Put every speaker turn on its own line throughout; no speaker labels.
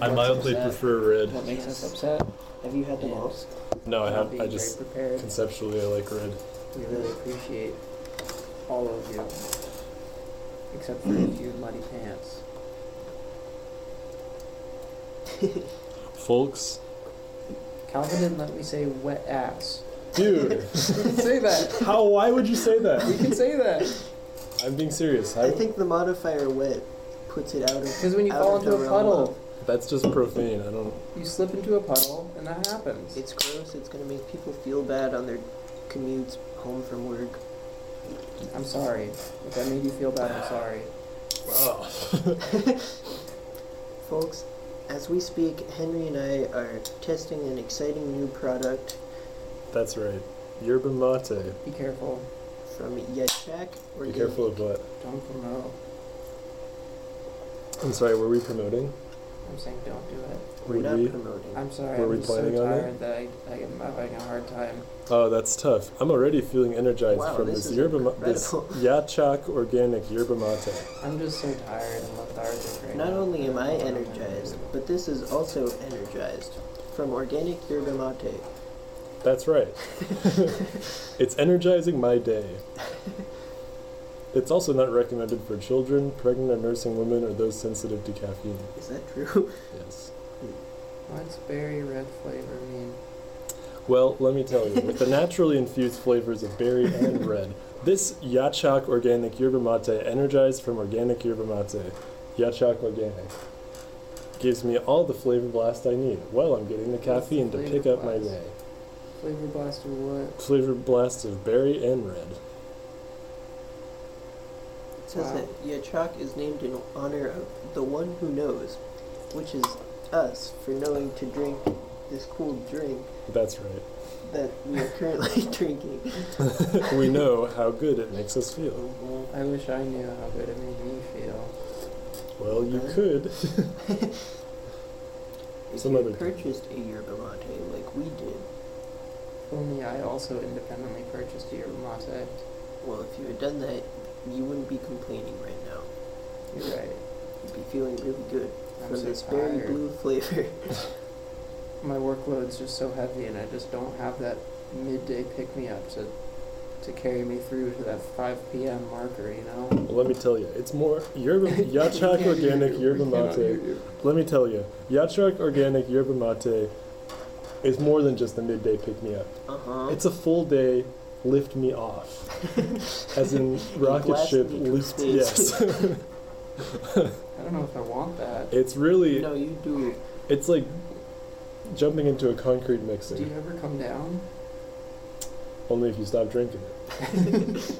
I
What's
mildly
upset?
prefer red.
What makes us upset? Have you had the
Yes.
most?
No, I
Not
have.
being
I just
very prepared.
conceptually I like red.
We really appreciate all of you, except for a few muddy pants.
Folks,
Calvin didn't let me say wet ass.
dude,
We can say that.
how? Why would you say
We
that?
can say that.
I'm being serious.
I
I,
think the modifier wet puts it out of.
Because when you
out
fall
of the
into a
realm
puddle,
that's just profane. I don't.
you slip into a puddle, and that happens.
of- it's gross. It's gonna make people feel bad on their commutes home from work.
I'm sorry. If that made you feel bad, I'm sorry.
Wow.
Folks, as we speak, Henry and I are testing an exciting new product
That's right. Yerba mate.
Be careful.
from Yetchak.
Be careful of what?
Don't promote.
I'm sorry. Were we promoting?
I'm saying don't do it.
We're
Would
not
we?
promoting.
I'm sorry.
Were
I'm
we
just so
planning on it?
tired that I, I am having a hard time.
Oh, that's tough. I'm already feeling energized
Wow,
from
this
this
is
yerba ma- this
incredible.
Yachak organic yerba mate.
I'm just so tired and lethargic right now.
Not only am I
don't know what I'm gonna
energized,
do.
but this is also energized from organic yerba mate.
That's right. it's energizing my day. It's also not recommended for children, pregnant and nursing women, or those sensitive to caffeine.
Is that true?
Yes.
What's berry red flavor mean?
Well, let me tell you, with the naturally infused flavors of berry and red, this Yachak Organic Yerba Mate, energized from organic yerba mate, Yachak Organic, gives me all the flavor blast I need. Well, I'm getting the
What's the
caffeine to
flavor
pick up my
blast?
day.
Flavor blaster what?
Flavor blast of berry and red.
It says
Wow.
that Yachak is named in honor of the one who knows, which is us for knowing to drink this cool drink
That's right.
that we are currently drinking.
we know how good it makes us feel.
I wish I knew how good it made me feel.
Well, you could.
If
Some
you
other-
purchased a yerba mate like we did,
If Only I also independently purchased a yerba mate.
well, if you had done that, you wouldn't be complaining right now.
You're right.
You'd be feeling really good
I'm
from
so
this
tired.
berry blue flavor.
My workload's just so heavy, and I just don't have that midday pick me up to to carry me through to that 5 p.m. marker. You know.
Let me tell you, it's more yerba, Yachak organic yerba mate. Let me tell you, Yachak organic yerba mate is more than just a midday pick me up.
Uh huh.
It's a full day lift me off, as in rocket
blast
ship
me from
lift.
space.
Yes,
I don't know if I want that.
it's really
no, you do.
it's like jumping into a concrete
Do you
mixer.
ever come down?
Only if you stop drinking it.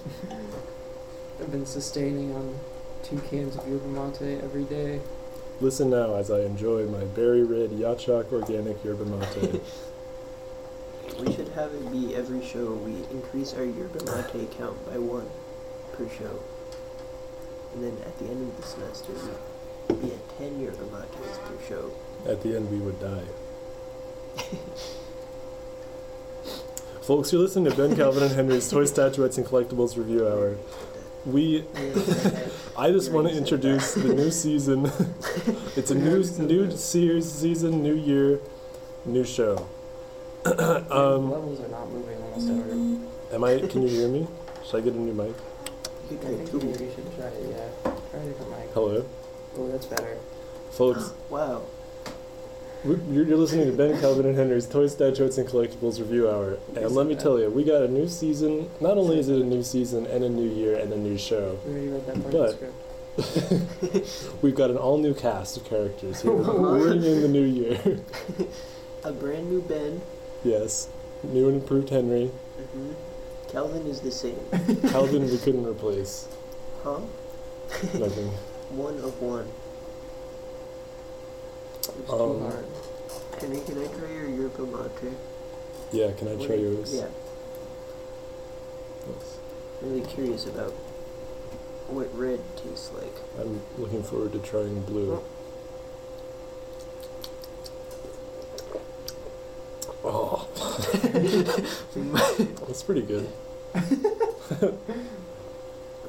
I've been sustaining on two cans of yerba mate every day.
Listen now as I enjoy my berry red Yachak organic yerba mate.
We should have it be every show we increase our yerba mate count by one per show. And then at the end of the semester, we'd be at 10 yerba mates per show.
At the end, we would die. Folks, you're listening to Ben Calvin and Henry's Toy Statuettes and Collectibles Review Hour. We, I just want to introduce the new season. it's a new new series, season, new year, new show. Uh,
Um, levels are not moving almost ever.
Am I? Can you hear me? Should I get a new mic?
You
I
could
think
do
maybe
two.
you should try it, yeah. Try a different mic.
Hello,
Oh, that's better.
folks.
Wow.
we- You're you're listening to Ben Calvin and Henry's Toy Statuettes and Collectibles Review Hour, and let me tell you, we got a new season. Not only is it a new season and a new year and a new show,
We already read that part of
But-
the script.
We've got an all new cast of characters here. Bring in the new year.
A brand new Ben.
yes. New and improved Henry.
hmm
Mm-hmm.
Calvin is the same.
Calvin, we couldn't replace.
Huh?
Nothing.
One of one.
It was
Um,
too hard.
Henry, can I try your yerba mate?
Yeah, can I
What
try
are-
yours?
Yeah.
Yes.
Really curious about what red tastes like.
I'm looking forward to trying blue. Oh. That's pretty good.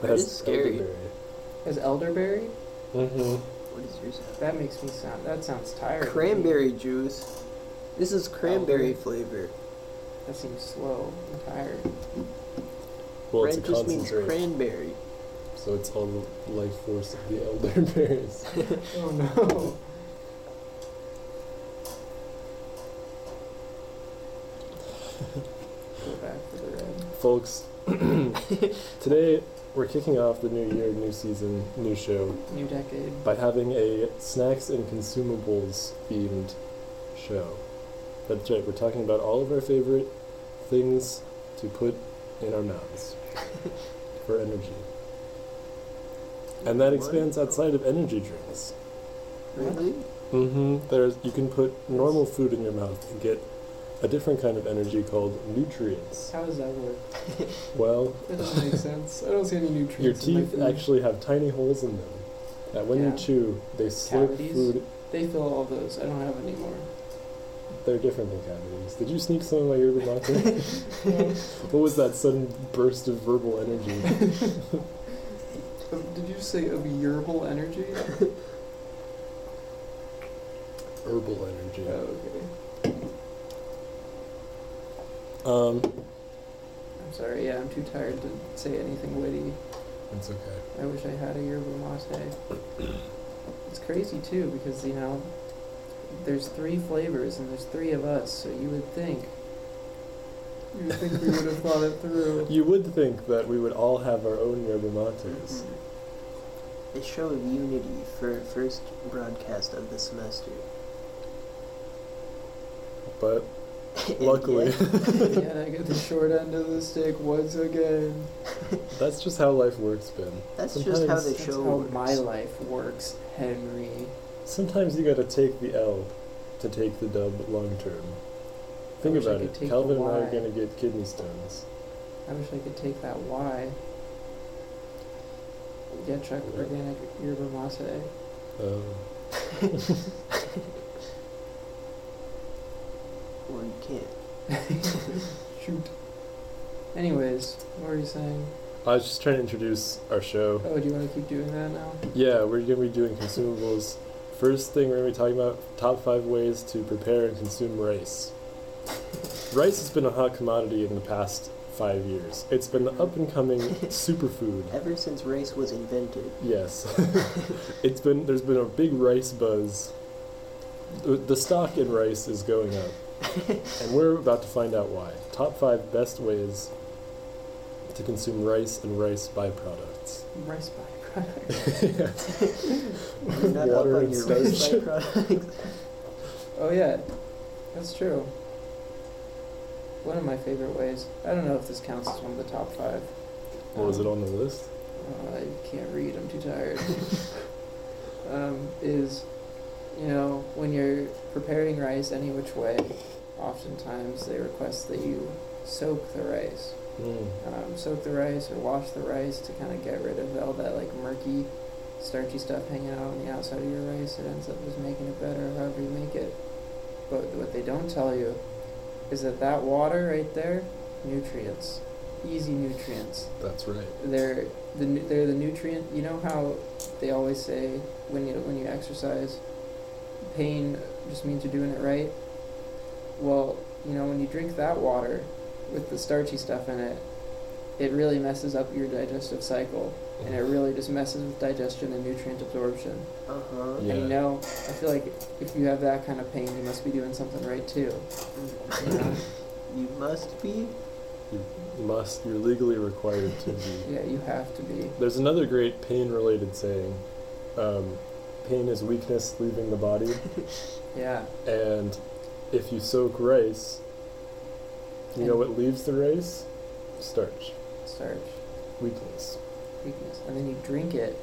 That is scary.
Is elderberry?
Mm-hmm.
What is yours at?
That makes me sound. That sounds tired.
Cranberry juice. This
Oh,
is cranberry flavor.
That seems slow and tired.
Well,
Red
it's a
just means
concentrate,
cranberry.
so it's on the life force of the elderberries.
Oh no. Go back for the red.
Folks, today we're kicking off the new year, new season, new show
New decade.
by having a snacks and consumables themed show. That's right, we're talking about all of our favorite things to put in our mouths for energy. And that expands outside of energy drinks.
Really?
hmm There's you can put normal food in your mouth and get a different kind of energy called nutrients.
How does that work?
Well,
That doesn't make sense. I don't see any nutrients.
Your
in my
teeth
food.
actually have tiny holes in them that when
Yeah.
you chew, they slip
Cavities?
food.
They fill all those. I don't have any more.
They're different than cavities. Did you sneak some of my urban latte? what was that sudden burst of verbal energy?
Um, Did you say of yerbil energy?
Herbal energy.
Oh, okay.
Um,
I'm sorry. Yeah, I'm too tired to say anything witty.
it's okay.
I wish I had a yerba mate. it's crazy too because you know there's three flavors and there's three of us, so you would think you would think we would have thought it through.
You would think that we would all have our own yerba mates.
A Mm-hmm. show of unity for first broadcast of the semester.
But
And
luckily,
yet-
Mm-hmm. yeah, and I get the short end of the stick once again.
that's just how life works, Ben.
that's just how
Sometimes-
the
That's
show
how
works.
my life works, Henry.
Sometimes you gotta take the L to take the dub long term. Think
wish I
about
could
it.
take
Calvin
the
and I are
Y.
gonna get kidney stones.
I wish I could take that Y. Yeah, Chuck,
Yeah.
organic yerba mate.
Oh.
Or you can't.
Shoot. Anyways, what were you saying?
I was just trying to introduce our show.
Oh, do you want to keep doing that now?
Yeah, we're going to be doing consumables. First thing we're going to be talking about top five ways to prepare and consume rice. Rice has been a hot commodity in the past five years. It's been the up and coming superfood.
Ever since race was invented,
Yes, it's been there's been a big rice buzz. The, the stock in rice is going up, and we're about to find out why. Top five best ways to consume rice and rice byproducts.
Rice byproduct.
you're not
Water
up on
and
your race
starch.
byproducts.
Oh yeah, that's true. One of my favorite ways. I don't know if this counts as one of the top five.
What was it
Um,
on the list?
uh, I can't read. I'm too tired. um, is you know when you're preparing rice any which way, oftentimes they request that you soak the rice.
Mm.
um, soak the rice or wash the rice to kind of get rid of all that like murky, starchy stuff hanging out on the outside of your rice. It ends up just making it better however you make it. But what they don't tell you is that that water right there, nutrients, easy nutrients.
That's right.
They're the nu- they're the nutrient. You know how they always say when you when you exercise, pain just means you're doing it right. Well, you know when you drink that water with the starchy stuff in it, it really messes up your digestive cycle, and it really just messes with digestion and nutrient absorption.
Uh huh.
Yeah.
And you know, I feel like if you have that kind of pain, you must be doing something right too. You know?
You must be.
Must you're legally required to be.
yeah, you have to be.
There's another great pain-related saying. Um, pain is weakness leaving the body,
Yeah.
and if you soak rice, you know
And-
what leaves the rice? Starch,
Starch,
weakness.
weakness, and then you drink it.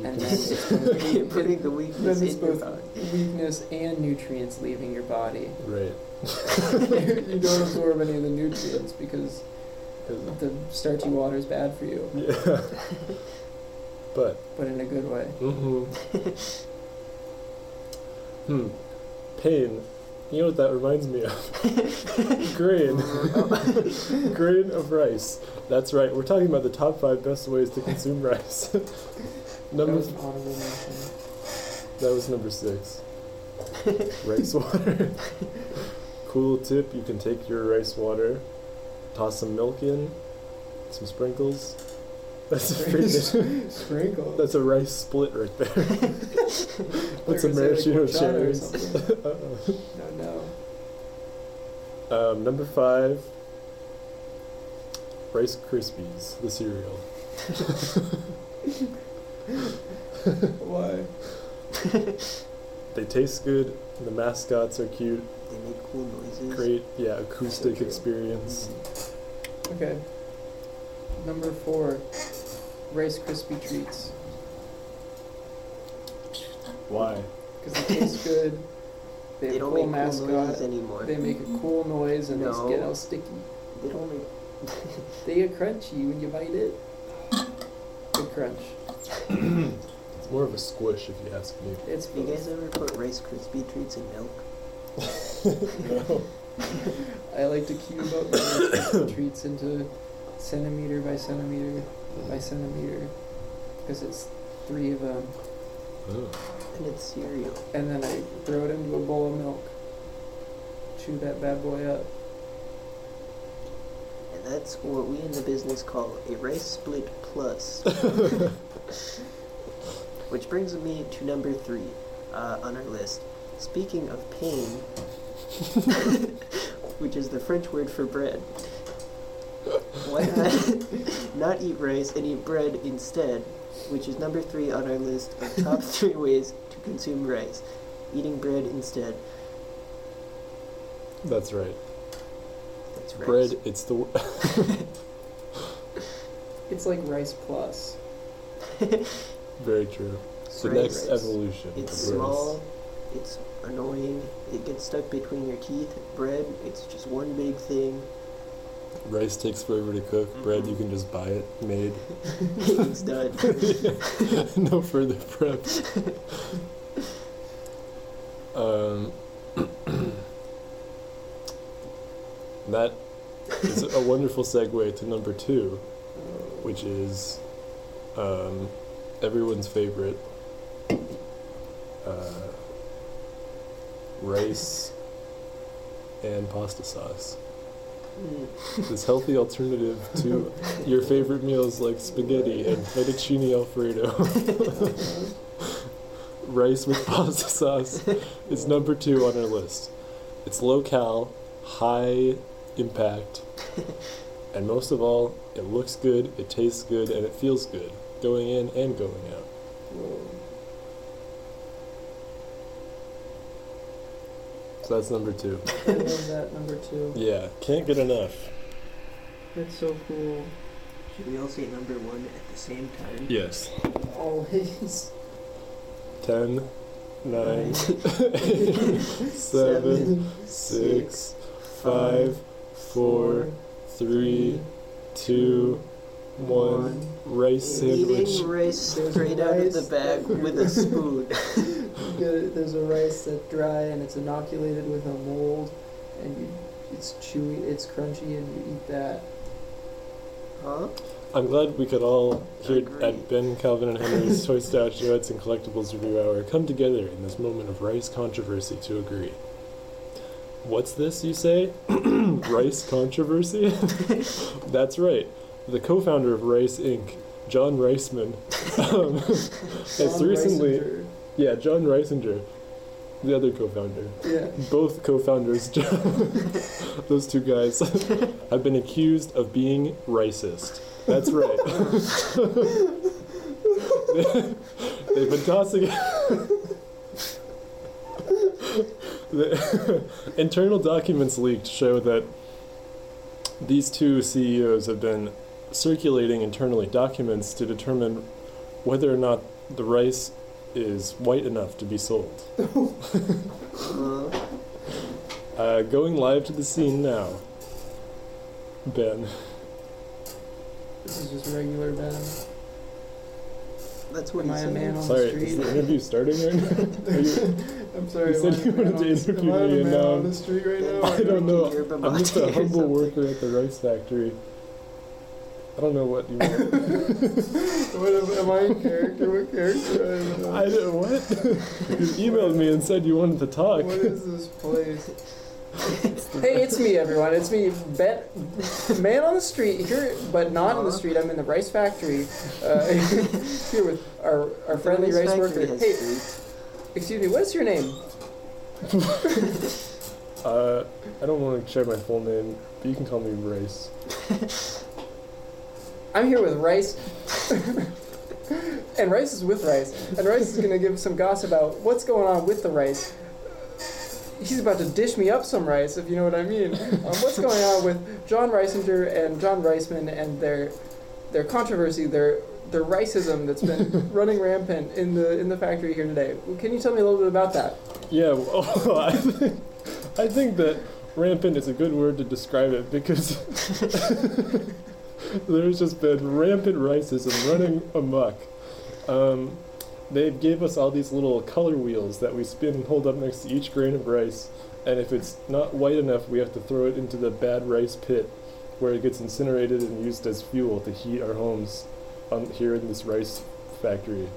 You
And
can
then
s-
it's gonna be-
You're putting the weakness
Then it's
in your
both
body.
weakness and nutrients leaving your body.
right.
you don't absorb any of the nutrients because
'cause-
the starchy water is bad for you,
Yeah. but
but in a good way.
hmm hmm. Pain. You know what that reminds me of? grain. grain of rice. That's right. We're talking about the top five best ways to consume rice.
that
Number
was an honorable mention.
That was number six. rice water. cool tip you can take your rice water, toss some milk in, some sprinkles. That's a freaking,
Sprinkle.
that's a rice split right there. That's a
Or is it
maraschino
like horchata or
cherries.
something?
Uh-uh.
no, no.
um, number five. Rice Krispies, the cereal.
Why?
They taste good. The mascots are cute.
They make cool noises.
Great, yeah, acoustic
true.
experience.
Okay. Number four, Rice Krispie treats Mm-hmm.
Why?
because they taste good. They,
They
have a
don't
cool
make
mascot.
cool noises anymore.
They
They,
make a cool noise and they get
No.
all sticky.
don't make.
They get crunchy when you bite it. Good crunch.
It's more of a squish, if you ask me.
It's
Have you
both.
guys ever put Rice Krispie treats in milk?
No.
I like to cube up my Rice Krispie treats into centimeter by centimeter by centimeter because it's three of them,
Oh.
And it's cereal.
and then I throw it into a bowl of milk. Chew that bad boy up.
And that's what we in the business call a rice split plus. Which brings me to number three uh, on our list. Speaking of pain, which is the French word for bread, why not, not eat rice and eat bread instead, which is number three on our list of top three ways to consume rice? Eating bread instead.
That's right.
That's rice.
Bread, it's the. w-
It's like rice plus.
Very true. It's the
Rice.
next evolution.
It's
of words.
small. It's annoying. It gets stuck between your teeth. Bread, it's just one big thing.
Rice takes forever to cook. Bread, you
Mhm.
can just buy it made.
it's done.
no further prep. um, that is a wonderful segue to number two, which is um, everyone's favorite uh, rice and pasta sauce
Mm.
this healthy alternative to your favorite meals like spaghetti and fettuccine alfredo. Rice with pasta sauce is number two on our list. It's low cal, high impact, and most of all, it looks good, it tastes good, and it feels good going in and going out.
Whoa.
So that's number two.
I love that number two.
Yeah, can't get enough.
That's so cool.
Should we all say number one at the same time?
Yes.
Always.
Ten, nine, seven,
Seven,
six, five, four, three, two, one. Rice sandwich.
Eating rice
There's
straight out of the
rice.
bag with a spoon.
Good. There's a rice that's dry and it's inoculated with a mold, and you, it's chewy, it's crunchy, and you eat that.
huh?
I'm glad we could all here
Agree.
at Ben Calvin and Henry's Toy Statuettes and Collectibles Review Hour come together in this moment of rice controversy to agree. What's this, you say? rice controversy? That's right. The co founder of Rice Inc., John Riceman, um, has
John
recently.
Reisinger.
Yeah, John Reisinger, the other co founder.
Yeah.
both co-founders, those two guys, have been accused of being racist. That's right. They've been tossing. The- internal documents leaked show that these two CEOs have been circulating internally documents to determine whether or not the rice is white enough to be sold.
Huh?
Uh, going live to the scene now. Ben.
This is just regular Ben.
That's what
Am
he
I a
said.
man on
Sorry,
the street?
is the interview starting right now? Are you-
I'm sorry.
you
am
said
I a
you
man on
wanted to
the s- am I
interview
a
me and um,
man
now-
on the street right
Then
now.
I don't know.
You're a
I'm just a
bimbo or
humble
something.
worker at the rice factory. I don't know what you want.
What am, am I in character? What character am I?
I did what? you emailed me and said you wanted to talk.
What is this place? hey, it's me, everyone. It's me, Bet, man on the street here, but not on the street. I'm in the rice factory uh, here with our, our friendly rice worker. Hey, excuse me, what's your name?
Uh, I don't want to share my full name, but you can call me Race.
I'm here with Rice. and Rice is with Rice. And Rice is going to give some gossip about what's going on with the rice. He's about to dish me up some rice, if you know what I mean. Um, what's going on with John Reisinger and John Reisman and their their controversy, their their racism that's been running rampant in the in the factory here today? Can you tell me a little bit about that?
Yeah, well, I, think, I think that rampant is a good word to describe it because there's just been rampant racism running amok. Um, they gave us all these little color wheels that we spin and hold up next to each grain of rice, and if it's not white enough, we have to throw it into the bad rice pit where it gets incinerated and used as fuel to heat our homes on, here in this rice factory.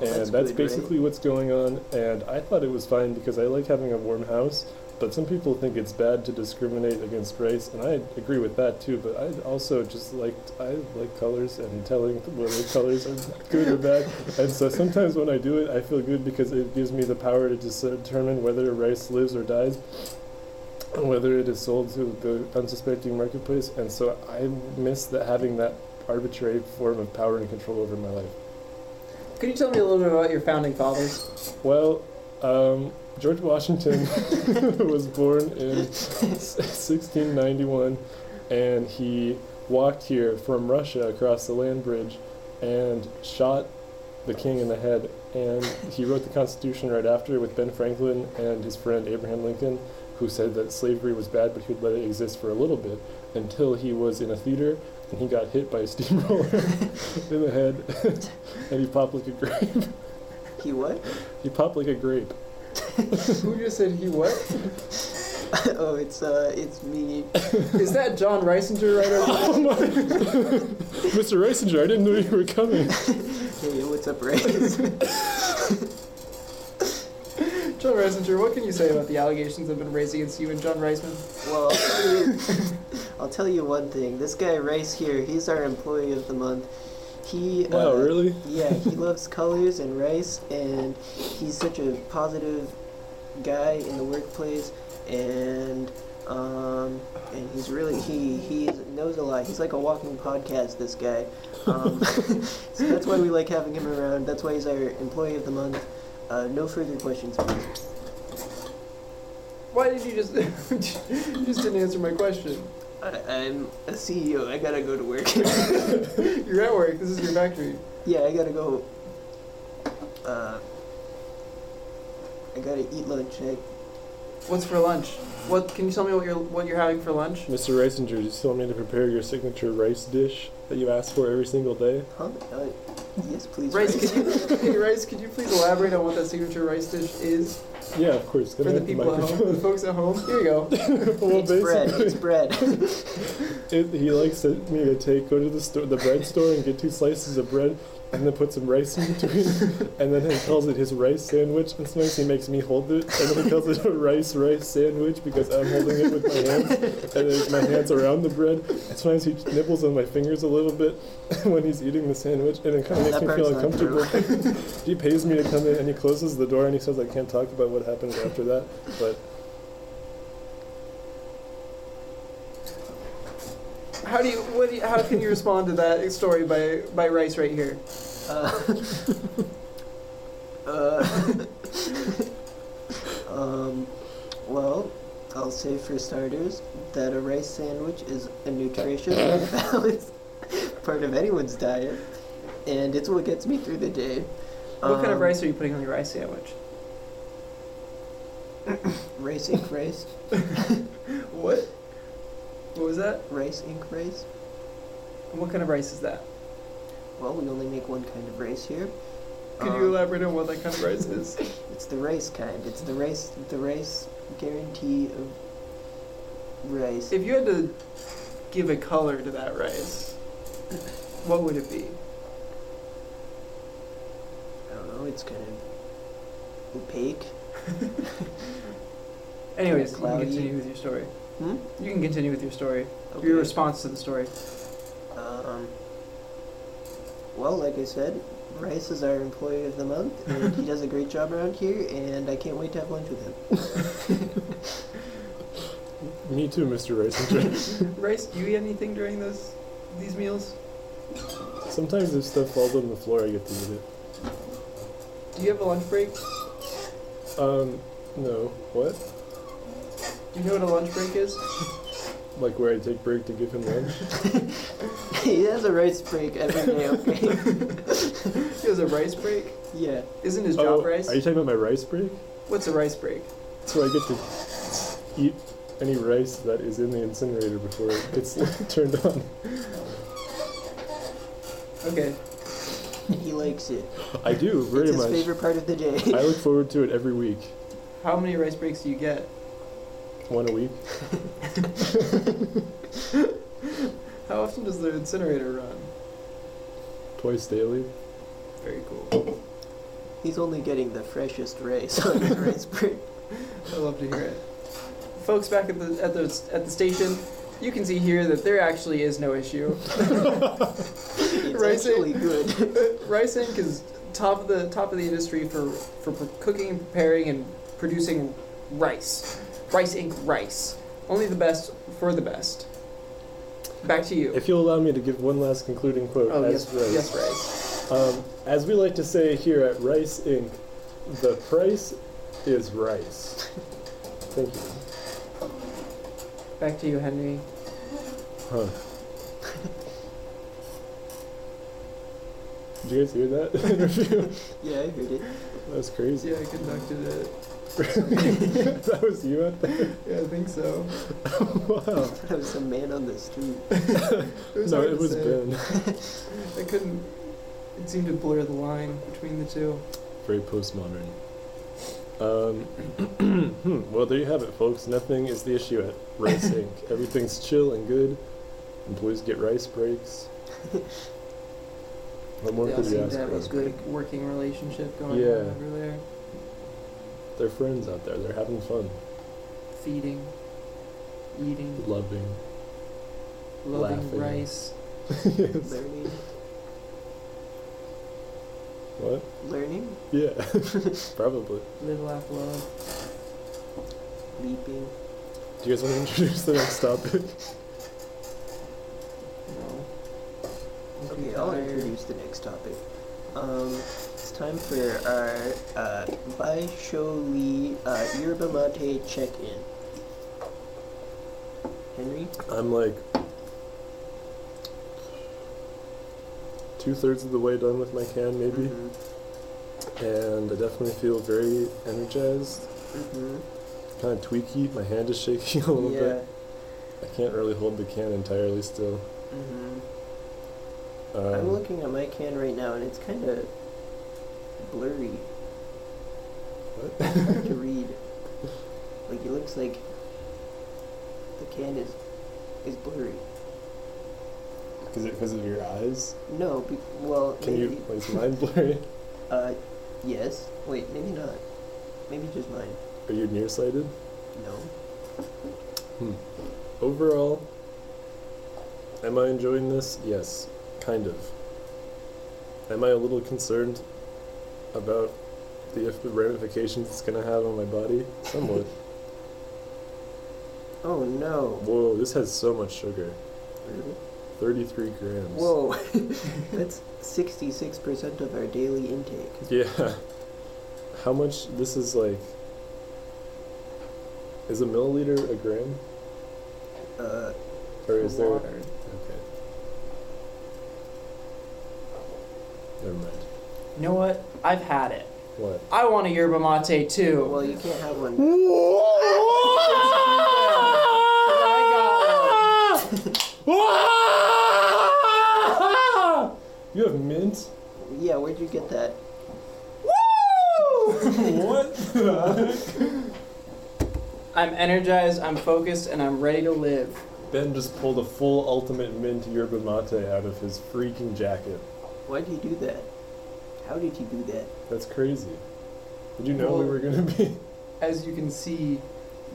And
That's
that's,
pretty great.
basically what's going on, and I thought it was fine because I like having a warm house, but some people think it's bad to discriminate against race, and I agree with that too, but I also just like, I like colors and telling whether colors are good or bad, and so sometimes when I do it, I feel good because it gives me the power to dis- determine whether rice lives or dies, and whether it is sold to the unsuspecting marketplace. And so I miss that having that arbitrary form of power and control over my life.
Can you tell me a little bit about your founding fathers?
Well, um, George Washington was born in 1691, and he walked here from Russia across the land bridge and shot the king in the head. And he wrote the Constitution right after with Ben Franklin and his friend Abraham Lincoln, who said that slavery was bad, but he would let it exist for a little bit until he was in a theater and he got hit by a steamroller in the head and he popped like a grape.
He what?
He popped like a grape.
Who just said he what?
oh, it's uh, it's me.
Is that John Reisinger right over there?
Oh my! Mr. Reisinger, I didn't know you were coming.
Hey, what's up, Ray?
John Reisinger, what can you say about the allegations that have been raised against you and John Reisman?
Well, I'll tell you- I'll tell you one thing. This guy Rice here, he's our employee of the month. He
Wow,
uh,
really?
Yeah, he loves colors and rice, and he's such a positive guy in the workplace, and um, and he's really he he knows a lot. He's like a walking podcast. This guy. Um, so that's why we like having him around. That's why he's our employee of the month. Uh, no further questions, please.
Why did you just you just didn't answer my question?
I, I'm a CEO. I gotta go to work.
You're at work. This is your factory.
Yeah, I gotta go. Uh, I gotta eat lunch. I,
What's for lunch? What can you tell me what you're what you're having for lunch?
Mr. Reisinger, you still want me to prepare your signature rice dish that you ask for every single day?
huh? Uh, yes, please.
Rice,
Rice.
could you hey, Rice, could you please elaborate on what that signature rice dish is
Yeah, of course.
for the people at home, for the folks at home? Here you go.
well,
it's bread. It's
basically,
bread.
it, he likes to, me to take go to the store, the bread store, and get two slices of bread, and then put some rice in between, and then he calls it his rice sandwich. And sometimes he makes me hold it, and then he calls it a rice rice sandwich because I'm holding it with my hands, and then my hands around the bread. And sometimes he nibbles on my fingers a little bit when he's eating the sandwich, and it kind of makes
That
me
part's
feel
not true.
uncomfortable. he pays me to come in, and he closes the door, and he says I can't talk about what happened after that, but.
How do you what do you, how can you respond to that story by by Rice right here?
uh, uh, um, well, I'll say for starters that a rice sandwich is a nutritious, and balanced part of anyone's diet, and it's what gets me through the day.
What kind of
Um,
rice are you putting on your rice sandwich?
Rice ink rice.
What? What was that?
Rice ink rice.
And what kind of rice is that?
Well, we only make one kind of rice here.
Could
Um,
you uh, elaborate on what that kind of rice is?
It's the rice kind. It's the rice. The rice guarantee of rice.
If you had to give a color to that rice, what would it be?
it's kind of opaque.
Anyways, you can
Cloudy.
continue with your story.
Hmm?
You can continue with your story.
Okay.
Your response to the story.
Um, well, like I said, Bryce is our employee of the month, and he does a great job around here, and I can't wait to have lunch with him.
Me too, Mr. Racing.
Rice, do you eat anything during those these meals?
Sometimes if stuff falls on the floor, I get to eat it.
Do you have a lunch break?
Um, no. What?
Do you know what a lunch break is?
Like where I take break to give him lunch?
he has a rice break every day, okay?
He has a rice break.
yeah.
Isn't his
Oh,
job rice?
Are you talking about my rice break?
What's a rice break?
It's where I get to eat any rice that is in the incinerator before it gets turned on.
Okay.
And he likes it.
I do, very
it's his
much.
favorite part of the day.
I look forward to it every week.
How many rice breaks do you get?
One a week.
How often does the incinerator run?
Twice daily.
Very cool.
He's only getting the freshest rice on his rice break.
I love to hear it. Folks back at the at the at the station, you can see here that there actually is no issue.
It's
Rice it.
actually good.
Rice Inc. is top of the top of the industry for for pre- cooking, preparing, and producing rice. Rice Inc. Rice, only the best for the best. Back to you.
If you'll allow me to give one last concluding quote
oh
as
yes,
rice.
yes, rice.
Um, as we like to say here at Rice Inc., the price is rice. Thank you.
Back to you, Henry.
Huh. Did you guys hear that interview?
yeah, I heard it.
That was crazy.
Yeah, I conducted it.
that was you out there?
Yeah, I think so.
Wow.
I was a man on the street.
It was
no,
hard to
it was
say.
Ben.
I couldn't. It seemed to blur the line between the two.
Very postmodern. Um, hmm, well, there you have it, folks. Nothing is the issue at Rice Inc. Everything's chill and good. Employees get rice breaks. What more
they all
could you
seemed
ask
to have a
for?
good working relationship going
Yeah.
on over there.
They're friends out there. They're having fun,
Feeding, eating,
loving.
loving
Laughing.
rice.
Learning.
What?
Learning.
Yeah, probably.
Live, laugh, love.
Leaping.
Do you guys want to introduce the next topic?
No.
Okay, I'll introduce the next topic. Um, it's time for our uh, Bai Shou Li uh, Yerba Mate check-in. Henry,
I'm like two thirds of the way done with my can, maybe,
Mm-hmm.
Mhm,
and I definitely feel very energized.
mhm.
Kind of tweaky. My hand is shaking a little
Yeah.
bit. I can't really hold the can entirely still.
hmm
Um,
I'm looking at my can right now, and it's kind of blurry.
What?
hard to read. Like it looks like the can is is blurry.
Is it because of your eyes?
No, be- well,
Can
maybe,
you? Is mine blurry?
Uh, yes. Wait, maybe not. Maybe just mine.
Are you nearsighted?
No.
Overall, am I enjoying this? Yes, kind of. Am I a little concerned about the if- the ramifications it's going to have on my body? Somewhat.
Oh no.
Whoa, this has so much sugar.
Really?
33 grams.
Whoa. That's sixty-six percent of our daily intake.
Yeah. How much this is like. Is a milliliter a gram?
Uh,
Or is there.
water.
Okay. Never mind.
You know what? I've had it.
What?
I want a yerba mate too.
well, you can't have one.
I got one.
You have mint?
Yeah, where'd you get that?
what the heck?
I'm energized, I'm focused, and I'm ready to live.
Ben just pulled a full ultimate mint yerba mate out of his freaking jacket.
Why'd you do that? How did he do that?
That's crazy. Did you know we
Well-
were gonna be?
As you can see,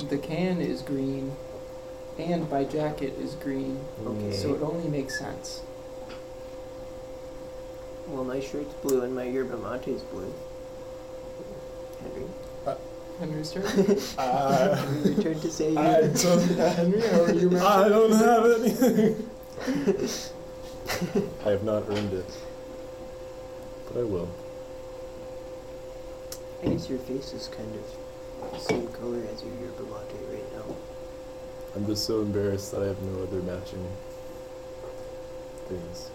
the can is green, and my jacket is green,
Okay.
so it only makes sense.
Well, my shirt's blue and my yerba mate's blue. Henry,
Henry's turn. Uh,
I,
can we return to say
I
your
don't,
Henry, how are you? man?
I don't have anything. I have not earned it, but I will.
I guess your face is kind of the same color as your yerba mate right now.
I'm just so embarrassed that I have no other matching things.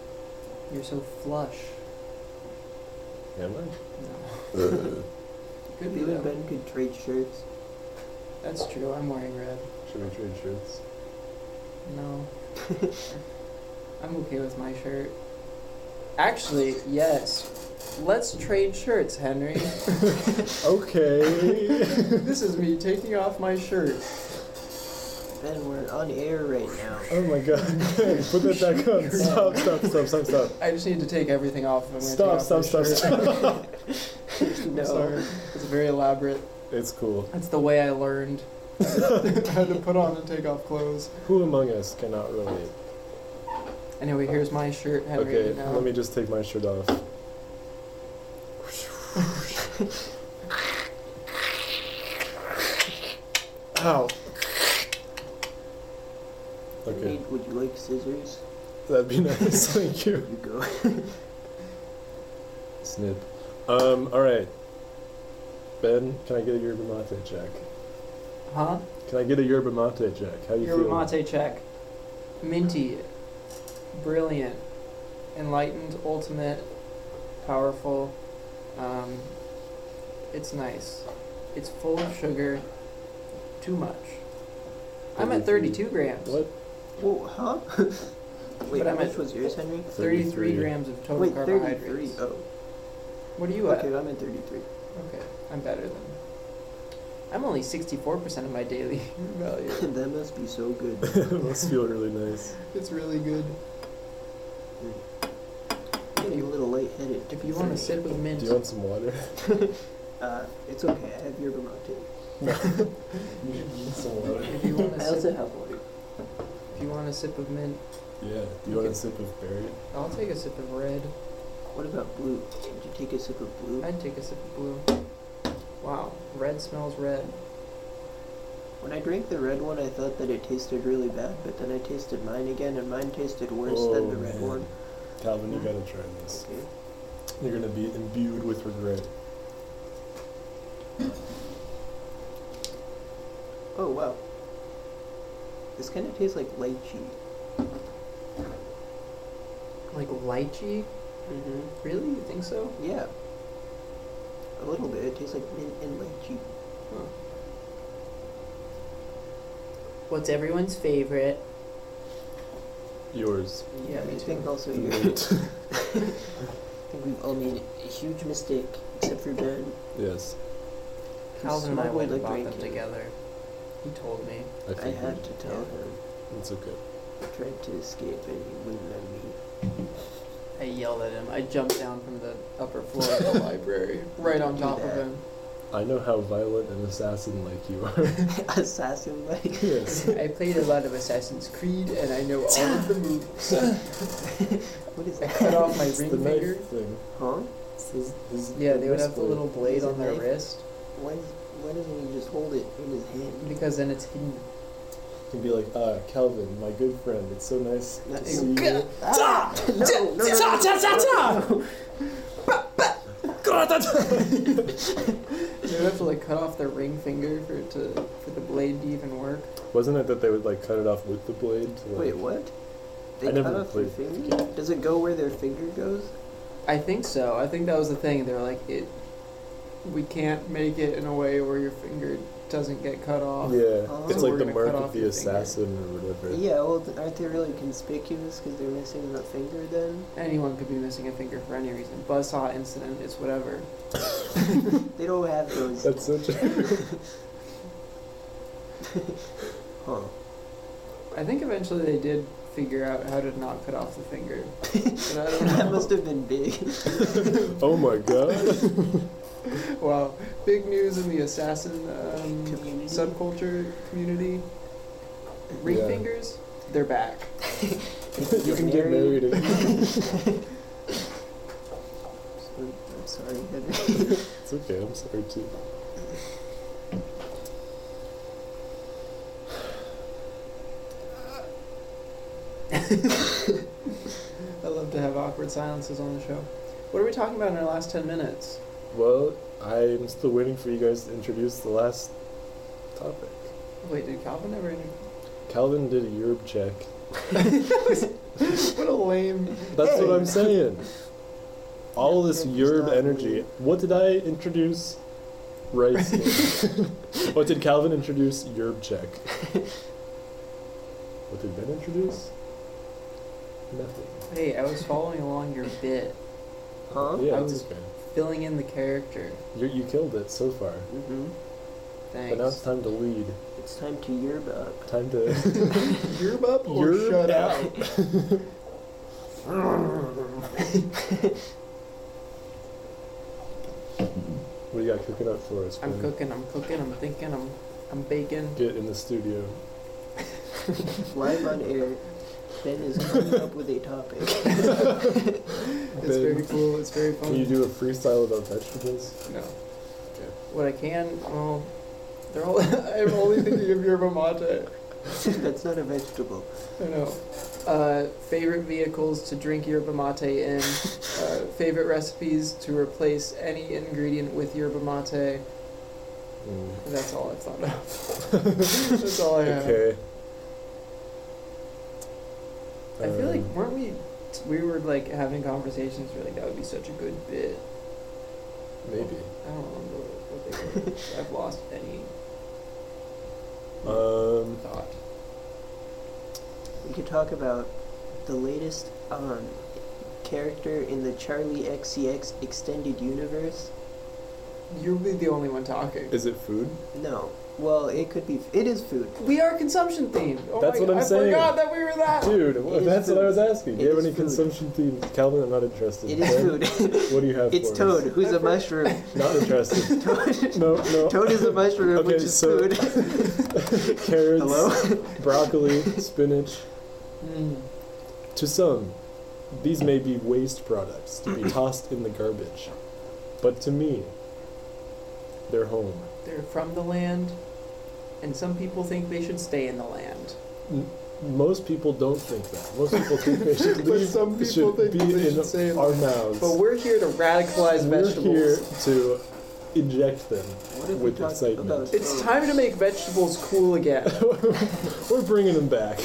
You're so flush.
Am
No.
I? Should
Could be
You and
though.
Ben could trade shirts.
That's true. I'm wearing red.
we trade shirts?
No. I'm okay with my shirt. Actually, yes. Let's trade shirts, Henry.
Okay.
this is me taking off my shirt.
Ben, we're on air right now.
oh my god. Put that back on. Stop, stop, stop, stop, stop.
I just need to take everything off. if I'm
Stop,
gonna take off
stop,
my
stop,
shirt.
stop.
no.
Sorry. It's very elaborate.
it's cool.
That's the way I learned. how to put on and take off clothes.
Who among us cannot relate?
Anyway, here's my shirt, Henry.
Okay,
now.
let me just take my shirt off. Ow. Okay,
Nate, would you like scissors?
that'd be nice. Thank you.
You go.
Snip. Um, alright. Ben, can I get a yerba mate check?
Huh?
Can I get a yerba mate check? How you
Your
feel?
mate check. Minty. Brilliant. Enlightened, ultimate, powerful. Um, it's nice. It's full of sugar. Too much. I'm at 32 grams.
What?
Whoa, huh? Wait,
But
how
I'm at-
much was yours, Henry?
33
33.
grams of total
Wait, 33.
carbohydrates.
Oh,
What are you at?
okay, I'm at 33.
Okay, I'm better than. I'm only 64% of my daily value.
that must be so good.
Must feel really nice.
It's really good.
Getting a little lightheaded.
If you want a
to
sip of mint,
Do you want some water?
Uh, it's okay, I have yerba mate.
some
if you want a
I also
sip,
have water.
if you want a sip of mint,
Yeah. Do you want a sip of berry?
I'll take a sip of red.
What about blue? Did you take a sip of blue?
I'd take a sip of blue. Wow, red smells red.
When I drank the red one, I thought that it tasted really bad, but then I tasted mine again, and mine tasted worse than the
Oh,
red
man.
one.
Calvin, you gotta try this.
Okay.
You're gonna be imbued with regret.
Oh wow. This kind of tastes like lychee.
Like lychee?
Mm-hmm.
Really? You think so?
Yeah. A little bit. It tastes like mint and lychee.
What's everyone's favorite?
Yours.
Yeah,
I
me
think
too.
also you. I
Mint.
think we've all made a huge mistake, except for Ben.
yes.
Calvin and I
Smuggled
went
a
and bought
drink
them
in.
together. He told me.
I,
I
think
had to tell
Yeah.
him.
It's okay.
I tried to escape, and he wouldn't let me.
I yelled at him. I jumped down from the upper floor of the library, right on top of him.
I know how violent and assassin like you are.
Assassin like.
yes.
I played a lot of Assassin's Creed, and I know all of the moves.
What is
I
that?
cut off my
It's the
ring
knife
finger.
thing.
Huh?
It's his- his-
Yeah, they would
his
have the
blade.
little blade on their
Knife?
wrist
Why, does, why doesn't he just hold it in his hand?
because then it's hidden.
You can be like, ah, Calvin, my good friend. It's so nice to
That-
see you.
Ah! No, no, no, no, no.
They would have to like cut off their ring finger for it to for the blade to even work.
Wasn't it that they would like cut it off with the blade? To, like,
Wait, what? They
I
cut
never
off their
played the
finger? Does it go where their finger goes?
I think so. I think that was the thing. They were like, it. We can't make it in a way where your finger doesn't get cut off.
Yeah,
Oh.
it's
So
like
we're
the
gonna
mark
cut
of
off
the
your finger.
assassin or whatever.
Yeah, well, th- aren't they really conspicuous because they're missing the finger then?
Anyone could be missing a finger for any reason. Buzzsaw incident. It's whatever.
They don't have those.
That's such a.
Huh.
I think eventually they did figure out how to not cut off the finger. But I don't
that
know.
must have been big.
Oh my god.
Wow, big news in the assassin um,
Community.
subculture community. Ring
Yeah.
fingers, they're back.
you can get married. Again.
So- I'm sorry, Heather.
It's okay. I'm sorry too.
I love to have awkward silences on the show. What are we talking about in our last ten minutes?
Well, I'm still waiting for you guys to introduce the last topic.
Wait, did Calvin ever? Inter-
Calvin did a Europe check.
what a lame.
That's what I'm saying. All this
Europe check is
Europe
not
energy.
weird.
What did I introduce? Rice. did. what did Calvin introduce? Europe check. What did Ben introduce? Nothing.
Hey, I was following along your bit,
Huh?
Yeah,
I
it's
was-
okay.
filling in the character.
You, you killed it so far.
Mm-hmm.
But now it's
Thanks.
time to lead.
It's time to yerb up.
Time to.
You're up
Yerb out. What do you got cooking up for us?
I'm
Ben?
cooking. I'm cooking. I'm thinking. I'm I'm baking.
Get in the studio.
Live on air, Ben is coming up with a topic.
It's
Ben,
very cool. It's very fun.
Can you do a freestyle about vegetables?
No. What I can, well, they're all. I'm only thinking of yerba mate.
That's not a vegetable.
I know. Uh, favorite vehicles to drink yerba mate in. Uh, favorite recipes to replace any ingredient with yerba mate.
Mm.
That's all I've thought of. That's all I have.
Okay.
I feel like
Um,
weren't we? We were like having conversations. We're like that would be such a good bit.
maybe.
I don't remember what they were. I've lost any
Um,
thought.
We could talk about the latest um, character in the Charlie XCX extended universe.
You'll be the only one talking.
is it food?
No. Well, it could be. It is food.
We are consumption themed. Oh
That's
my,
what I'm
I
saying.
forgot that we were that.
Dude, wh-
Uh, is
that's what I
food.
was asking. Do you
It
have
is
any
food.
consumption themes? Calvin, I'm not interested.
It is
Ben,
food.
What do you have
it's
for us?
Toad, who's a mushroom.
Not interested. no, no.
Toad is a mushroom,
Okay,
which is
so-
food.
Carrots,
Hello?
broccoli, spinach.
Mm.
To some, these may be waste products to be tossed in the garbage. But to me, they're home.
They're from the land, and some people think they should stay in the land.
Most people don't think that. Most people think they should
But
leave,
some people
should
think
be
they
in
should stay in
our mouths.
But we're here to radicalize
We're here
vegetables.
to inject them.
What if
With
we talk
excitement.
about
It's
Toad?
time to make vegetables cool again.
We're bringing them back.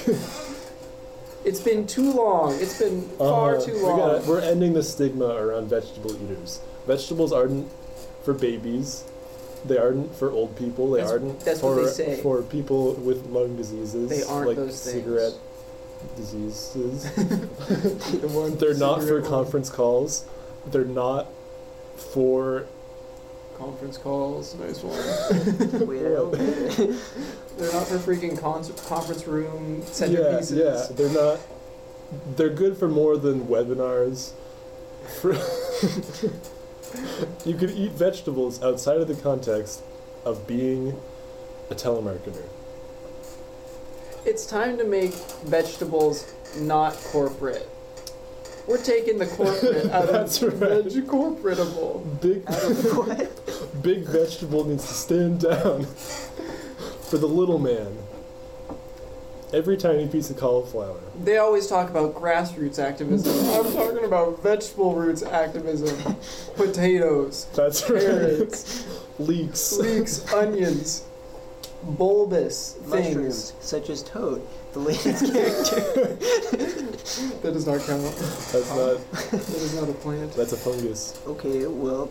it's been too long. It's been far
Uh,
too
we
long.
gotta- we're ending the stigma around vegetable eaters. Vegetables aren't for babies. They aren't for old people. They
That's-
aren't
that's
for
what they say.
for people with lung diseases.
They aren't
like
those things.
cigarette diseases.
The one
They're not for
cigarette
conference calls. They're not for
conference calls. Nice one.
Wait, I don't get it.
They're not for freaking con- conference room
yeah,
centerpieces.
yeah. They're not. They're good for more than webinars. For you could eat vegetables outside of the context of being a telemarketer.
It's time to make vegetables not corporate. We're taking the corporate out
That's
of
right.
veg corporatable.
Big
Out of what?
big vegetable needs to stand down for the little man. Every tiny piece of cauliflower.
They always talk about grassroots activism. I'm talking about vegetable roots activism. Potatoes,
That's right.
carrots,
Leeks.
leeks, onions, bulbous things.
Mushrooms, such as Toad, the latest character.
That does not count.
That's not.
That is not a plant.
That's a fungus.
Okay, well,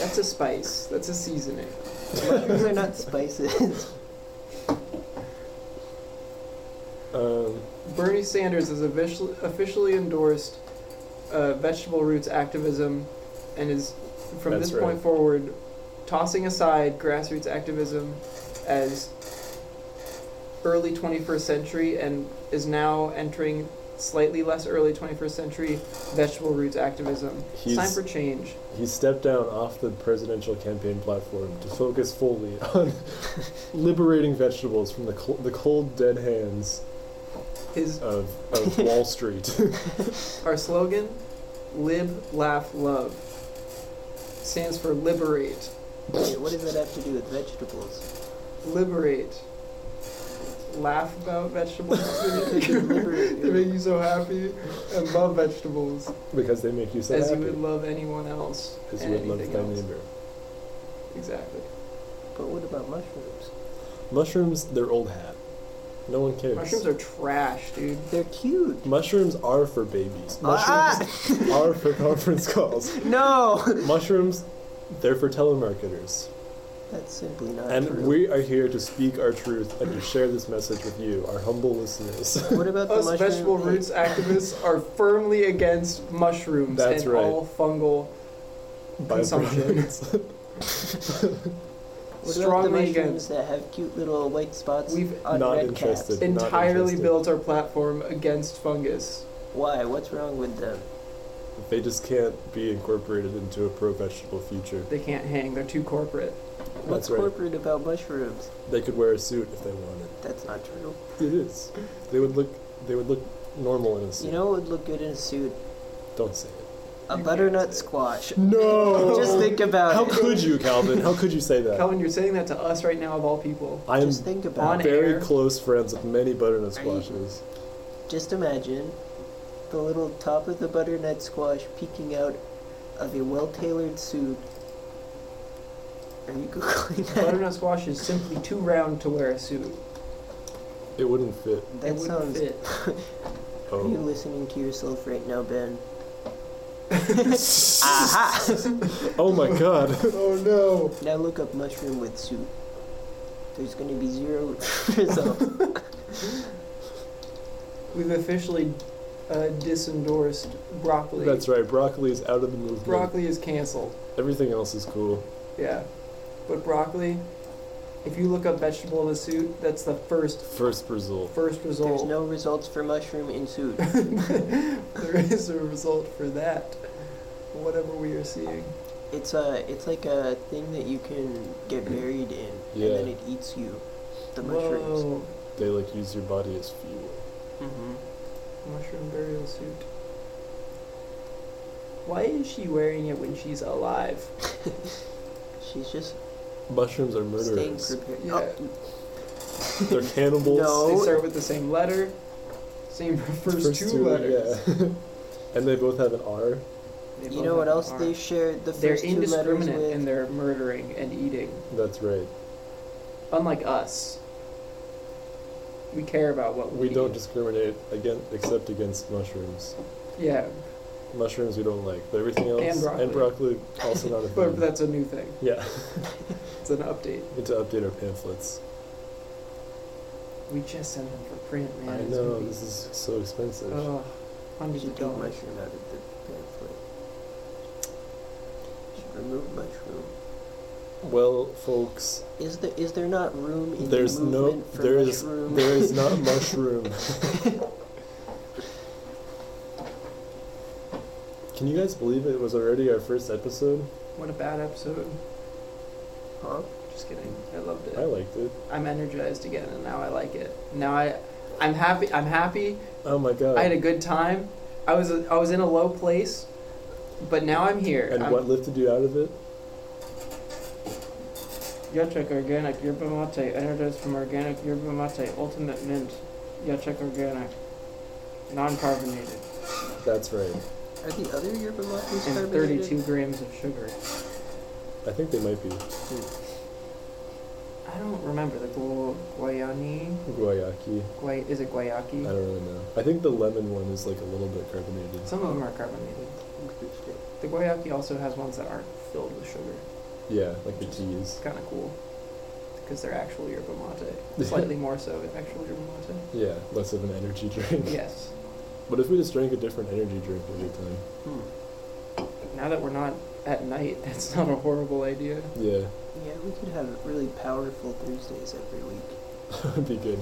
That's a spice. That's a seasoning.
mushrooms are not spices.
Um,
Bernie Sanders has officially, officially endorsed uh, vegetable roots activism and is, from
That's
this
right.
point forward, tossing aside grassroots activism as
early 21st century and is now entering slightly less early 21st century vegetable roots activism. It's time
He's-
for change.
He stepped down off the presidential campaign platform to focus fully on liberating vegetables from the, col- the cold, dead hands
His
of, of Wall Street.
our slogan, "Lib, Laugh, Love," stands for liberate,
Wait, what does that have to do with vegetables?
liberate, laugh about vegetables.
Liberate
they make you so happy and love vegetables
because they make you so
as
happy.
you would love anyone else
as you
and
would love
anything
thy
else.
neighbor.
Exactly.
But what about mushrooms?
Mushrooms, they're old hat. No one cares.
Mushrooms are trash, dude.
They're cute.
Mushrooms are for babies. Mushrooms
Ah!
are for conference calls.
No!
Mushrooms, they're for telemarketers.
That's simply
Ah,
not
and
true.
we are here to speak our truth and to share this message with you, our humble listeners.
What about the
Us
mushroom?
vegetable roots activists are firmly against mushrooms
That's
and
right.
all fungal
By
consumption.
What about the
Strongly
mushrooms
against.
that have cute little white spots
We've
on
Not
red
interested.
caps?
Not
entirely
interested.
built our platform against fungus.
Why? What's wrong with them?
They just can't be incorporated into a pro vegetable future.
They can't hang. They're too corporate.
What's
That's right.
corporate about mushrooms?
They could wear a suit if they wanted.
That's not true.
It is. They would look. They would look normal in a suit.
You know what would look good in a suit?
Don't say it.
A
You
butternut
can't say.
squash.
Oh.
No.
Just think about
How
it.
could you, Calvin? How could you say that?
Calvin, you're saying that to us right now of all people.
I am
Just think about
on
it.
very
air.
close friends with many butternut
Are you-
squashes.
Just imagine the little top of the butternut squash peeking out of a well-tailored suit. Are you googling that?
Butternut squash is simply too round to wear a suit.
It wouldn't fit.
It
that
wouldn't
sounds.
fit.
Are you
Oh.
listening to yourself right now, Ben? Aha!
Oh my God.
oh no.
now look up mushroom with suit. There's gonna be zero results.
We've officially uh, disendorsed broccoli.
That's right. Broccoli is out of the movement.
Broccoli is canceled.
Everything else is cool.
Yeah. But broccoli, if you look up vegetable in a suit, that's the first
First result.
first
There's
result.
no results for mushroom in suit.
there is a result for that. Whatever we are seeing.
It's a, it's like a thing that you can get buried in,
Yeah.
and then it eats you. The mushrooms.
Whoa.
They like use your body as fuel.
Mm-hmm.
Mushroom burial suit. Why is she wearing it when she's alive?
She's just
Mushrooms are
staying
murderers.
prepared.
Yeah.
Oh,
They're cannibals.
No.
They start with the same letter. Same first, two, letters.
yeah. and they both have an R.
They
you
both
know what
have
else
an
they
R.
shared the
They're
first two letters
indiscriminate
with?
in their murdering and eating.
That's right.
Unlike us, we care about what we,
We don't
eat.
discriminate against, except against mushrooms.
yeah,
Mushrooms we don't like, but everything else
And broccoli.
broccoli, also not a
but
thing.
that's a new thing.
yeah,
It's an update.
we need to update our pamphlets.
We just sent them for print, man.
I
It's Oh.
know
gonna be-
this is so expensive.
Ugh,
You
hundreds
should
of
take
dollars.
mushroom out of the pamphlet. You should remove mushroom.
well, folks,
Is there is there not room in
there's
the
no,
movement for
there is,
mushroom?
there is not mushroom. Can you guys believe it was already our first episode?
What a bad episode.
Huh?
Just kidding. I loved
I
it.
liked it.
I'm energized again, and now I like it. Now I, I'm happy. I'm happy.
Oh my god!
I had a good time. I was I was in a low place, but now I'm here.
and
I'm-
what lifted you out of it?
Yachek Organic Yerba Mate, energized from organic yerba mate, ultimate mint. Yachek Organic, non-carbonated,
That's right.
Are the other yerba mates
and
carbonated?
32 grams of sugar.
I think they might be
I don't remember the Gu- Guayani.
guayaki.
Guay, is it
I
Guayaki?
don't really know. I think the lemon one is like a little bit carbonated.
Some of them are carbonated.
Interesting.
The Guayaki also has ones that aren't filled with sugar.
Yeah, like the teas.
It's kind of cool because they're actual yerba mate, slightly more so than actual yerba mate.
Yeah, less of an energy drink.
Yes.
But if we just drank a different energy drink every time?
Hmm.
Now that we're not at night, that's not a horrible idea.
Yeah,
Yeah, we could have really powerful Thursdays every week.
that would be good.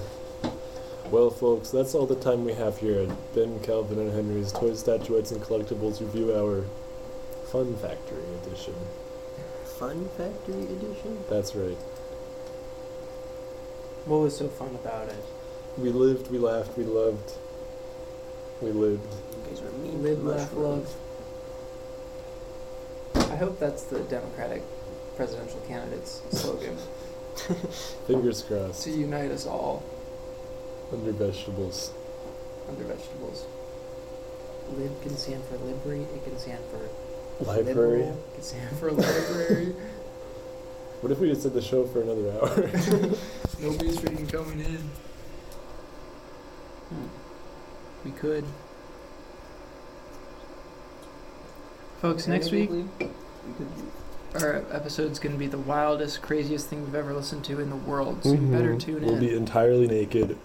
Well, folks, that's all the time we have here at Ben Calvin and Henry's Toy Statuettes and Collectibles Review Hour Fun Factory Edition.
Fun Factory Edition?
That's right.
What was so fun about it?
We lived, we laughed, we loved. We lived.
You guys were mean to
Live, laugh,
mushrooms.
love. I hope that's the Democratic presidential candidate's slogan
Fingers crossed.
to unite us all
Under vegetables.
under vegetables. Lib can stand for library. It can stand for
Library.
liberal, It can stand for library.
What if we just did the show for another hour?
Nobody's freaking coming in. Hmm. We could. Folks, next week
Technically, we could do-
our episode's going to be the wildest, craziest thing we've ever listened to in the world. So you better
Mhm.
tune
We'll
in,
be entirely naked.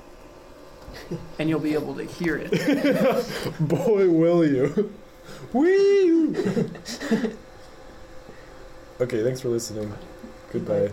and you'll be able to hear it.
Boy, will you. Wee! okay, thanks for listening. Goodbye.